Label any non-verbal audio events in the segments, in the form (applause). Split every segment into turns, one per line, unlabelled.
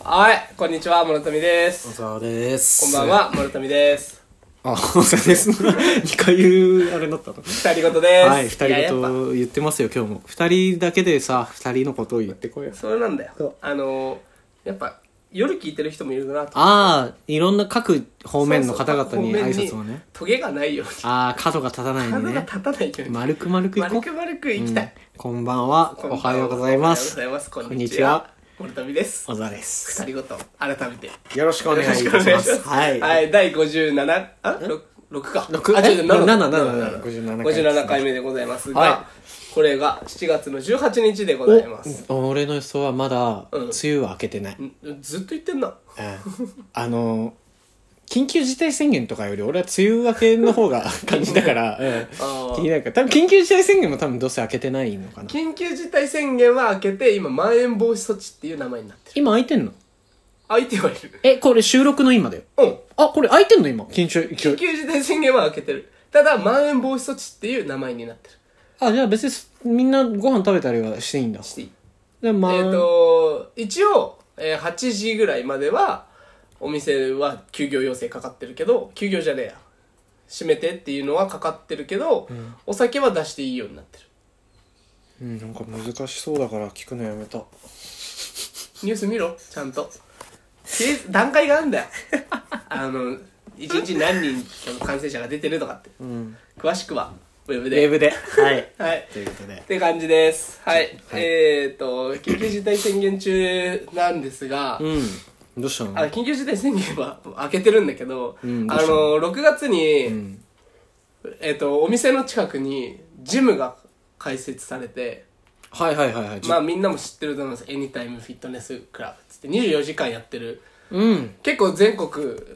はい、こんにちは、諸富です。
沢です
こんばんは、諸富です。
あ小沢です2回言うあれになったの
二人ごとです。
は
い
い
や
2
や
人
っぱ
ごと言ってますよ今日も2人だけでさ2人のことを言ってこいよ
それなんだ
そう
よ。あのー、やっぱ、夜聞いてる人もいるなと。
ああいろんな各方面の方々
そうそう
に挨
方面
拶をね
トゲがないように。
ああ角が立たない
角
んで
が
ね
立たないように。
丸く丸くいこ
丸
う
く丸くいきたい。
こんばんは
こんば
お
んは
はようございます
おはようございます。こん
ん
に
に
ち
ち
は
は。
諸富です。
小沢です
二人ごと、改めて。よ
よろしくお願いいたし
ろく
ますはい
はい、第57、あろ六か。
六
あ、
え
違う七
な
だ
なな
七だ
な57回
57回目でございます
はい
が、これが7月の18日でございます。
お俺の予想はまだ梅雨は明けてない
んずっと言ってんな。
うんあの緊急事態宣言とかより俺は梅雨明けの方が (laughs) 感じだから、うん
あー
気になるから多分緊急事態宣言も多分どうせ明けてないのかな
緊急事態宣言は明けて、今、まん延防止措置っていう名前になってる。
今開いてんの
相手はいる。
えこれ収録の今だよ
うん。
あこれ開いてんの今緊急
緊急事態宣言は明けてる。ただ、まん延防止措置っていう名前になってる。
あじゃあ別にすみんなご飯食べたりはしていいんだ
していい
でまあ、
えっ、と、一応、えー8時ぐらいまでは、お店は休業要請かかってるけど、休業じゃねえや。閉めてっていうのはかかってるけど、お酒は出していいようになってる。
うん、なんか難しそうだから聞くのやめた
ニュース見ろ、ちゃんと。けい段階があるん
(laughs)
だよ。あの、一日何人その感染者が出てるとかって。
うん
詳しくは、ウェブ
ウ
で。
ェブで (laughs) はい
はい。
ということで
って感じです。はい。
はい
えっ、と、緊急事態宣言中なんですが、
うんどうしたの
あ緊急事態宣言は開けてるんだけど、
うん
あ
どうしたの
の6月に、
うん
えっとお店の近くにジムが開設されて
はいはいはいはい、
まあみんなも知ってると思いますエニタイムフィットネスクラブっつって24時間やってる
うん
結構全国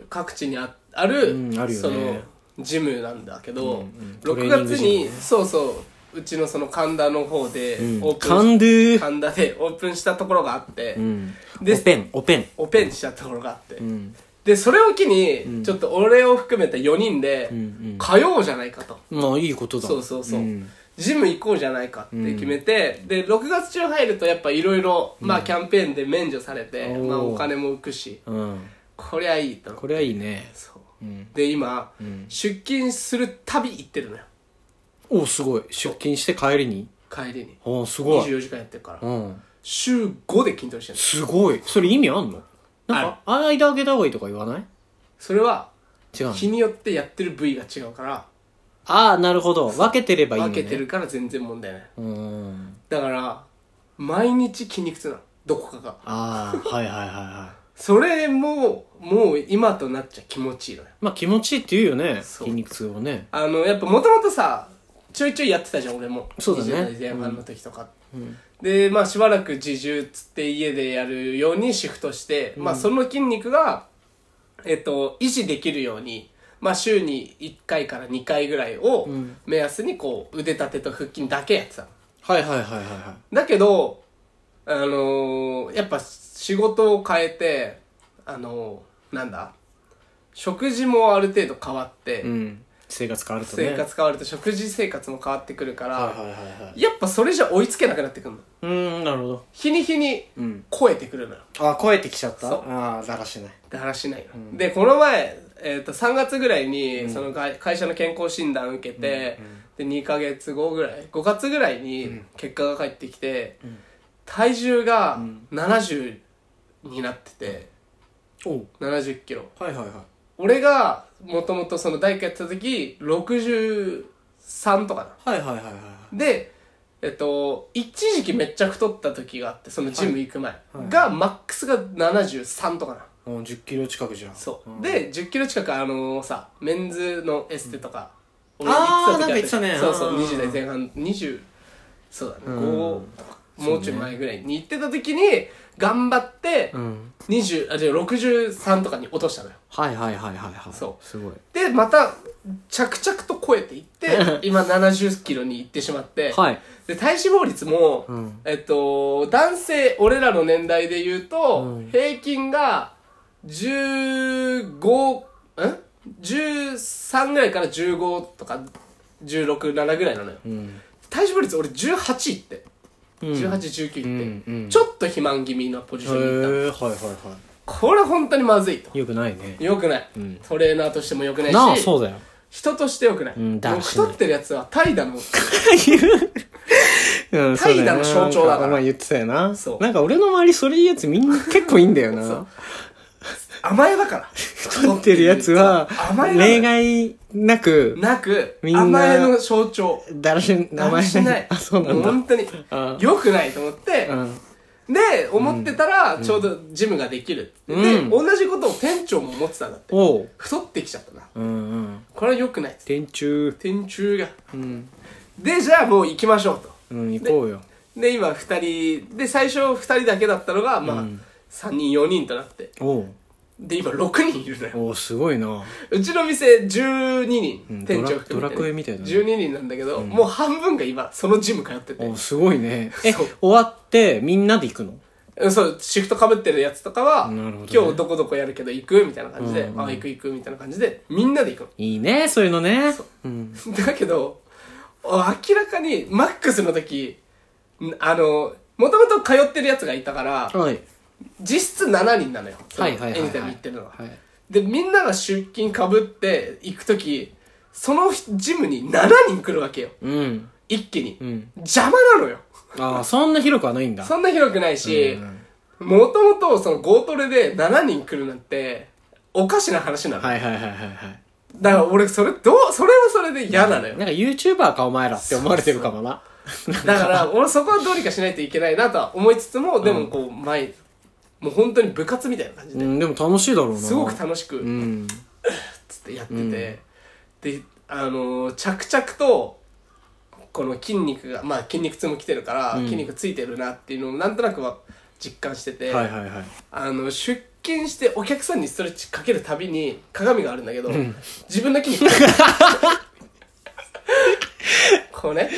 各地にあある,、
うんあるよね
そのジムなんだけど、
うん
6
トレーニング
月
ジ
に、
ムね
そうそううちのその神田の方で
うん
オープン、
カンドゥー
神田でオープンしたところがあって、
うん
で
おペンおペン
オペンしたところがあって、
うん
でそれを機に、ちょっと俺を含めた4人で、
ん
通おうじゃないかと
まあいいことだ
そうそうそう、
ん
ジム行こうじゃないかって決めて、で6月中入るとやっぱいろいろまあキャンペーンで免除されて、
おー
まあ、お金も浮くし
うん
こりゃいいと
これはいいね
そう
うん
で今、
ん
出勤するたび行ってるのよ
おすごい出勤して帰りに
帰りに
ああすごい
24時間やってるから、
うん
週5で筋トレしてる
すごいそれ意味あんのなんか間開けた方がいいとか言わない
それは
違うの
日によってやってる部位が違うから
ああなるほど分けてればいいの
分
ね
けてるから全然問題ない
うん
だから毎日筋肉痛なのどこかが
ああはいはいはいはい (laughs)
それももう今となっちゃ気持ちいいのよ
まあ気持ちいいって言うよね
そう
筋肉痛をね
あのやっぱもともとさちょいちょいやってたじゃん俺も
そうだね
20代前半の時とか、でまあしばらく自重っつって家でやるようにシフトして、まあその筋肉がえっと維持できるようにまあ週に1回から2回ぐらいを
ん
目安にこう腕立てと腹筋だけやってたの
はいはいはいはいは
だけど、あのーやっぱ仕事を変えて、あのーなんだ、食事もある程度変わって、
いうん生活変わるとね
生活変わると食事生活も変わってくるから、
はいはいはいはい
やっぱそれじゃ追いつけなくなってくるの。
うんなるほど
日に日に
うん
超えてくるのよ。
ああ超えてきちゃった
そう
ああだらしない
だらしないの。で、この前、えっと3月ぐらいに、その会会社の健康診断受けて、で2ヶ月後ぐらい5月ぐらいに結果が返ってきて、体重が70になってて、
おう
7 0キロ
はいはいはい
俺がもともとその大工やってた時63とかだ
はいはいはいはいはい
でえっと一時期めっちゃ太った時があってそのジム行く前、がマックスが73とかな
うん10キロ近くじゃん
そう、
ん
で1 0キロ近くあのさメンズのエステとか、
ん
俺行
あーなんか言ってたね
そうそううん20代前半20そうだね、
うん
5とかもうちょい前ぐらいに行ってた時に頑張って
うん
20あじゃあ63とかに落としたのよ
はいはいはいはいはい
そう
すごい
でまた着々と超えていって
(laughs)
今70キロに行ってしまって、
はい
で体脂肪率も、
うん
えっと男性俺らの年代で言うと、
うん
平均が15ん13ぐらいから15とか167ぐらいなのよ、
うん
体脂肪率俺18いって
うん
1819って、
うんうん
ちょっと肥満気味なポジションにいった
へえはいはいは
これ本当にまずいと
いよくないね
よくない、
うん
トレーナーとしてもよくないし
なあそうだよ
人としてよくない、
うんだ
もう
し
太ってるやつは怠惰の
うん
怠惰の象徴だから
そうよななんお前言ってたよな
そう
なんか俺の周りそれいいやつみんな結構いいんだよ
そ
な
う甘えだから
太ってるやつは
甘えなのよ
例外なく
なく
みんな
甘えの象徴
だらし名
甘え
前
しない
あそうなんだ
本当に
あ
良くないと思って、
うん
で思ってたらちょうどジムができる、
う
で
ん
同じことを店長も思ってたんだって
おう
太ってきちゃったな
うんうん
これは良くないっつって
電柱
店中が
うん
でじゃあもう行きましょうと
うん行こうよ
で今2人で最初2人だけだったのがまあ、3人4人となって
おう
で今6人いるのよ
おうすごいな
うちの店12人、
うん
店長含めてね
ドラドラクエみたいだね
12人なんだけど、もう半分が今そのジム通ってて
おうすごいねえ
そう
終わってみんなで行くの
うんそうシフトかぶってるやつとかは、
なるほ
今日
どね
どこどこやるけど行くみたいな感じで、
うんうん
あ行く行くみたいな感じでみんなで行く
いいねそういうのねうん
の (laughs) だけど明らかにマックスの時んあのもともと通ってるやつがいたから
はい
実質7人なのよ
はいはいはいはい
エニタイム行ってるのは、
はい
でみんなが出勤かぶって行く時そのジムに7人来るわけよ
うん
一気に、
うん
邪魔なのよ
ああそんな広くはないんだ
そんな広くないし、もともとそのゴートレで7人来るなんて、おかしな話なの。
はいはいはいはいはい
だから俺、それ、どう、それはそれで嫌なのよ。
なんか YouTuber かお前らって思われてるかもな
だから、俺そこはどうにかしないといけないなとは思いつつも、でもこう、前、もう本当に部活みたいな感じ
う
で、
んでも楽しいだろうな
すごく楽し
う
く、
ん
つってやってて、で、あのー着々と、この筋肉が、まあ筋肉痛も来てるから、
うん
筋肉ついてるなっていうのをなんとなくは実感してて、
はいはいはい
あの出勤してお客さんにストレッチかけるたびに鏡があるんだけど、自分の
(laughs)
筋肉こうね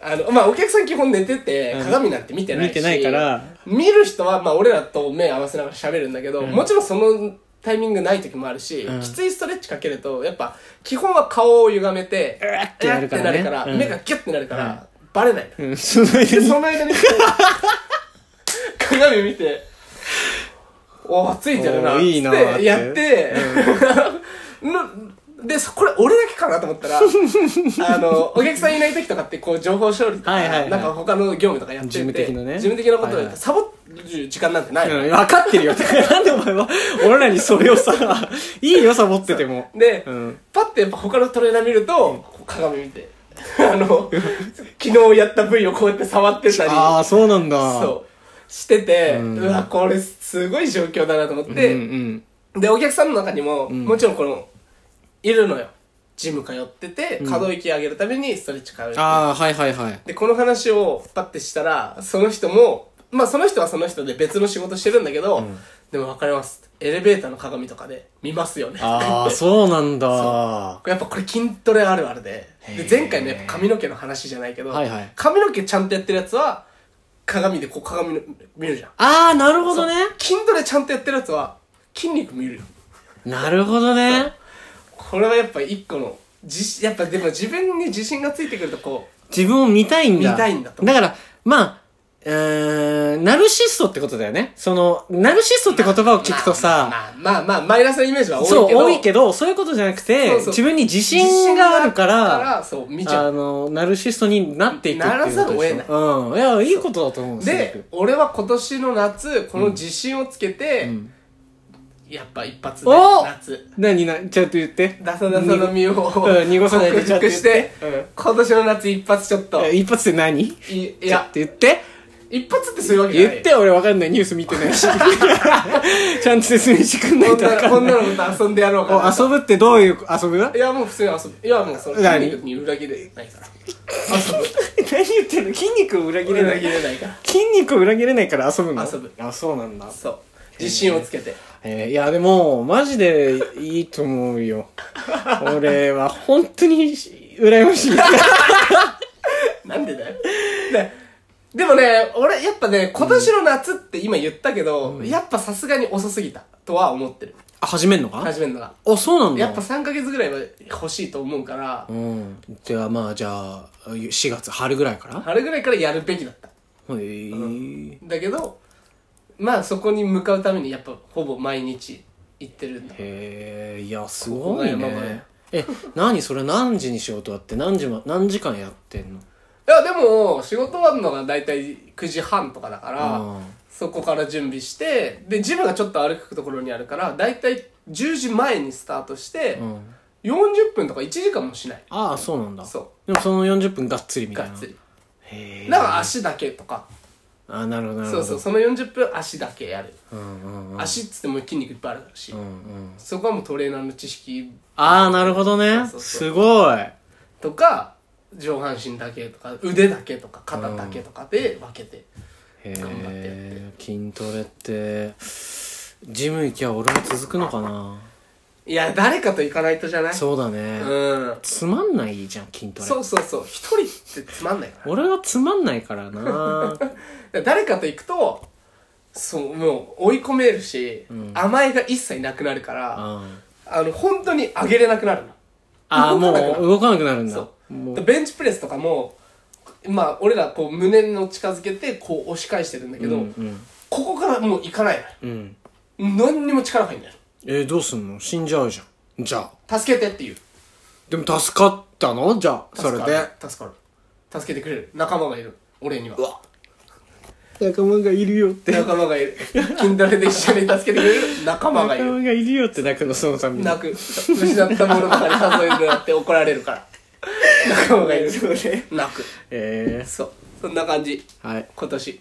あの、まあ、お客さん基本寝てて鏡なんて見てないし
見てないから
見る人は、まあ、俺らと目合わせながら喋るんだけど、もちろんそのタイミングない時もあるし、
うん
きついストレッチかけるとやっぱ基本は顔を歪めてうわって
なるからね
なるから
うん
目がギュッてなるから、バレない
うんその間
で、
に
その間にこう (laughs) 鏡見て、おー、ついてるな、つ
おーいいなーっ
っててやって、 (laughs) ので、そこれ俺だけかなと思
(laughs)
ったら、あの、お客さんいない時とかってこう情報処理とか、
はいはいはい
なんか他の業務とかやってて、
事務的なね
事務的なことをや
は
っ
いは
て、
い
サボる時間なんてないの、
うん、分かってるよ。 (laughs) なんでお前は、俺らにそれを (laughs) さ、いいよ、サボってても。
で、
うん
パッてやっぱ他のトレーナー見ると、こう鏡見て、あ
(laughs)
の、昨日やった部位をこうやって触ってたり、
ああ、そうなんだ。
そう。してて、
うん
うわ、これすごい状況だなと思って、
うんうん。
で、お客さんの中にも、
ん
もちろんこの、いるのよ。ジム通ってて、可動域上げるためにストレッチ通う。
ああ、はいはいはい。
で、この話をパッてしたら、その人も、まあその人はその人で別の仕事してるんだけど、でもわかります。エレベーターの鏡とかで見ますよね。
ああ、そうなんだ。は
(laughs) やっぱこれ筋トレあるあるで。で
へ、ー
前回のやっぱ髪の毛の話じゃないけど、
いはい。
髪の毛ちゃんとやってるやつは、鏡でこう鏡の見るじゃん。
ああ、なるほどね。
筋トレちゃんとやってるやつは筋肉見るよ
なるほどね。
これはやっぱ一個の自信やっぱでも自分に自信がついてくるとこ
自分を見たいんだ。
見たいんだと
だから、まあ、うーん、ナルシストってことだよね。その、ナルシストって言葉を
う
聞くとさ、
まあまあまあ、まあマイナスのイメージは多いけ
そ
ど
う、多いけど、そういうことじゃなく
そう
て、
そう
自分に自信があるから、
そう見ちゃ
あ
う
の、ナルシストになっていくっていうことでし
ならざ
ょ。
るを得ない
うん。いや、いいことだと思う。す
で俺は今年の夏この自信をつけて、
ん
やっぱ一発で
お
夏
ごく、何な、ちゃんと言って。
ダサダサの身を
うん濁さないでちゃんと
克服
言っ
してて、
うん
今年の夏一発ちょっと
え一発って何い
いいや
って言って。
一発ってそういうわけじゃ
言
ない
って、俺わかんない。ニュース見
(laughs)
てないし。ちゃんと説明してくんないとわ
女
かんない。
の女の子と遊んでやろうかな
お遊ぶってどういう遊ぶ (laughs) 何
いやもう普通に遊ぶいやもうその筋
何
肉に裏切れない
(laughs)
から遊ぶ
言ってんの筋肉を裏切れな
裏切
い。
れないから
筋肉を裏切れないから遊ぶの
遊ぶ
あ、そうなんだ。
そう自信をつけて
えーいや、でも、マジでいいと思う (laughs) よ。俺は本当に羨ましい。
なんでだよででもね俺やっぱね今年の夏って今言ったけど、やっぱさすがに遅すぎたとは思ってる
(laughs) 始めんのか
始めるのが
あ、そうなんだ。
やっぱ3ヶ月ぐらいは欲しいと思うから
うん。ではまあじゃあ、4月、春ぐらいから
春ぐらいからやるべきだった
うへえ
だけどまあそこに向かうためにやっぱほぼ毎日行ってるんだ
へえいやすごい
ここが山場や
ねえ何それ何時に仕事あって何時ま何時間やってんの
いやでも仕事終わるのが大体9時半とかだから、
うん
そこから準備してでジムがちょっと歩くところにあるから大体10時前にスタートして、
うん
40分とか1時間もしない
ああそうなんだ
そ
でもその40分がっつりみ
う
たい
が
な
っつり
へえ
だから足だけとか
あなるほどな
そ
るほ
う
ど
そうその40分筋だけやる、
うんうんうん
足っつっても筋肉いっぱいあるし、
うんうん
そこはもうトレーナーの知識
ああなるほどね
そうそうそう
すごい
とか上半身だけとか腕だけとか肩だけとかで分けて、
へ
頑張ってや
え筋トレってジム行きゃ俺も続くのかない
や誰かと行かないとじゃない
そうだね、
うん
つまんないじゃん筋トレ
そうそうそう一人ってつまんないから
俺はつまんないか
(laughs)
らな
だから誰かと行くとそうもう追い込めるし、甘えが一切なくなるから、
あ
あの本当に上げれなくなるの
あーも
動かなくなる
う動かなくなるんだ
そう
もう
ベンチプレスとかもまあ俺らこう胸の近づけてこう押し返してるんだけど、
うんうん
ここからもういかない
うん
のよ何にも力入んない
えーどうすんの死んじゃうじゃんじゃあ
の助けてっていう
でも助かったのじゃあそ
助
れ
か
で
る助かる助けてくれる仲間がいる俺には
わ仲間がいるよって
仲間がいる筋トレで一緒に助けてくれる仲間がい
仲
る
間がいるよってだけどそのために
泣く失ったものばかり誘いになって怒られるから仲間がいる
そうね
泣く
え
そうそんな感じ
ー、はい
今年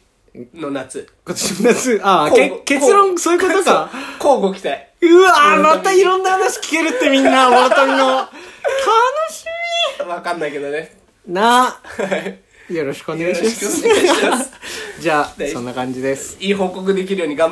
の夏
今年の夏ああ
こう
け
こう
結論そういうことか
(laughs) そう交互期待
うわーまたいろんな話聞けるってみんなワラタミの楽し
わかんないけどね
みな
はい
よろしくお願
よ
い
ろ
し
し
ま
くお願いします
すじゃあ
大丈夫
そんな感じです
いい報告できるように頑張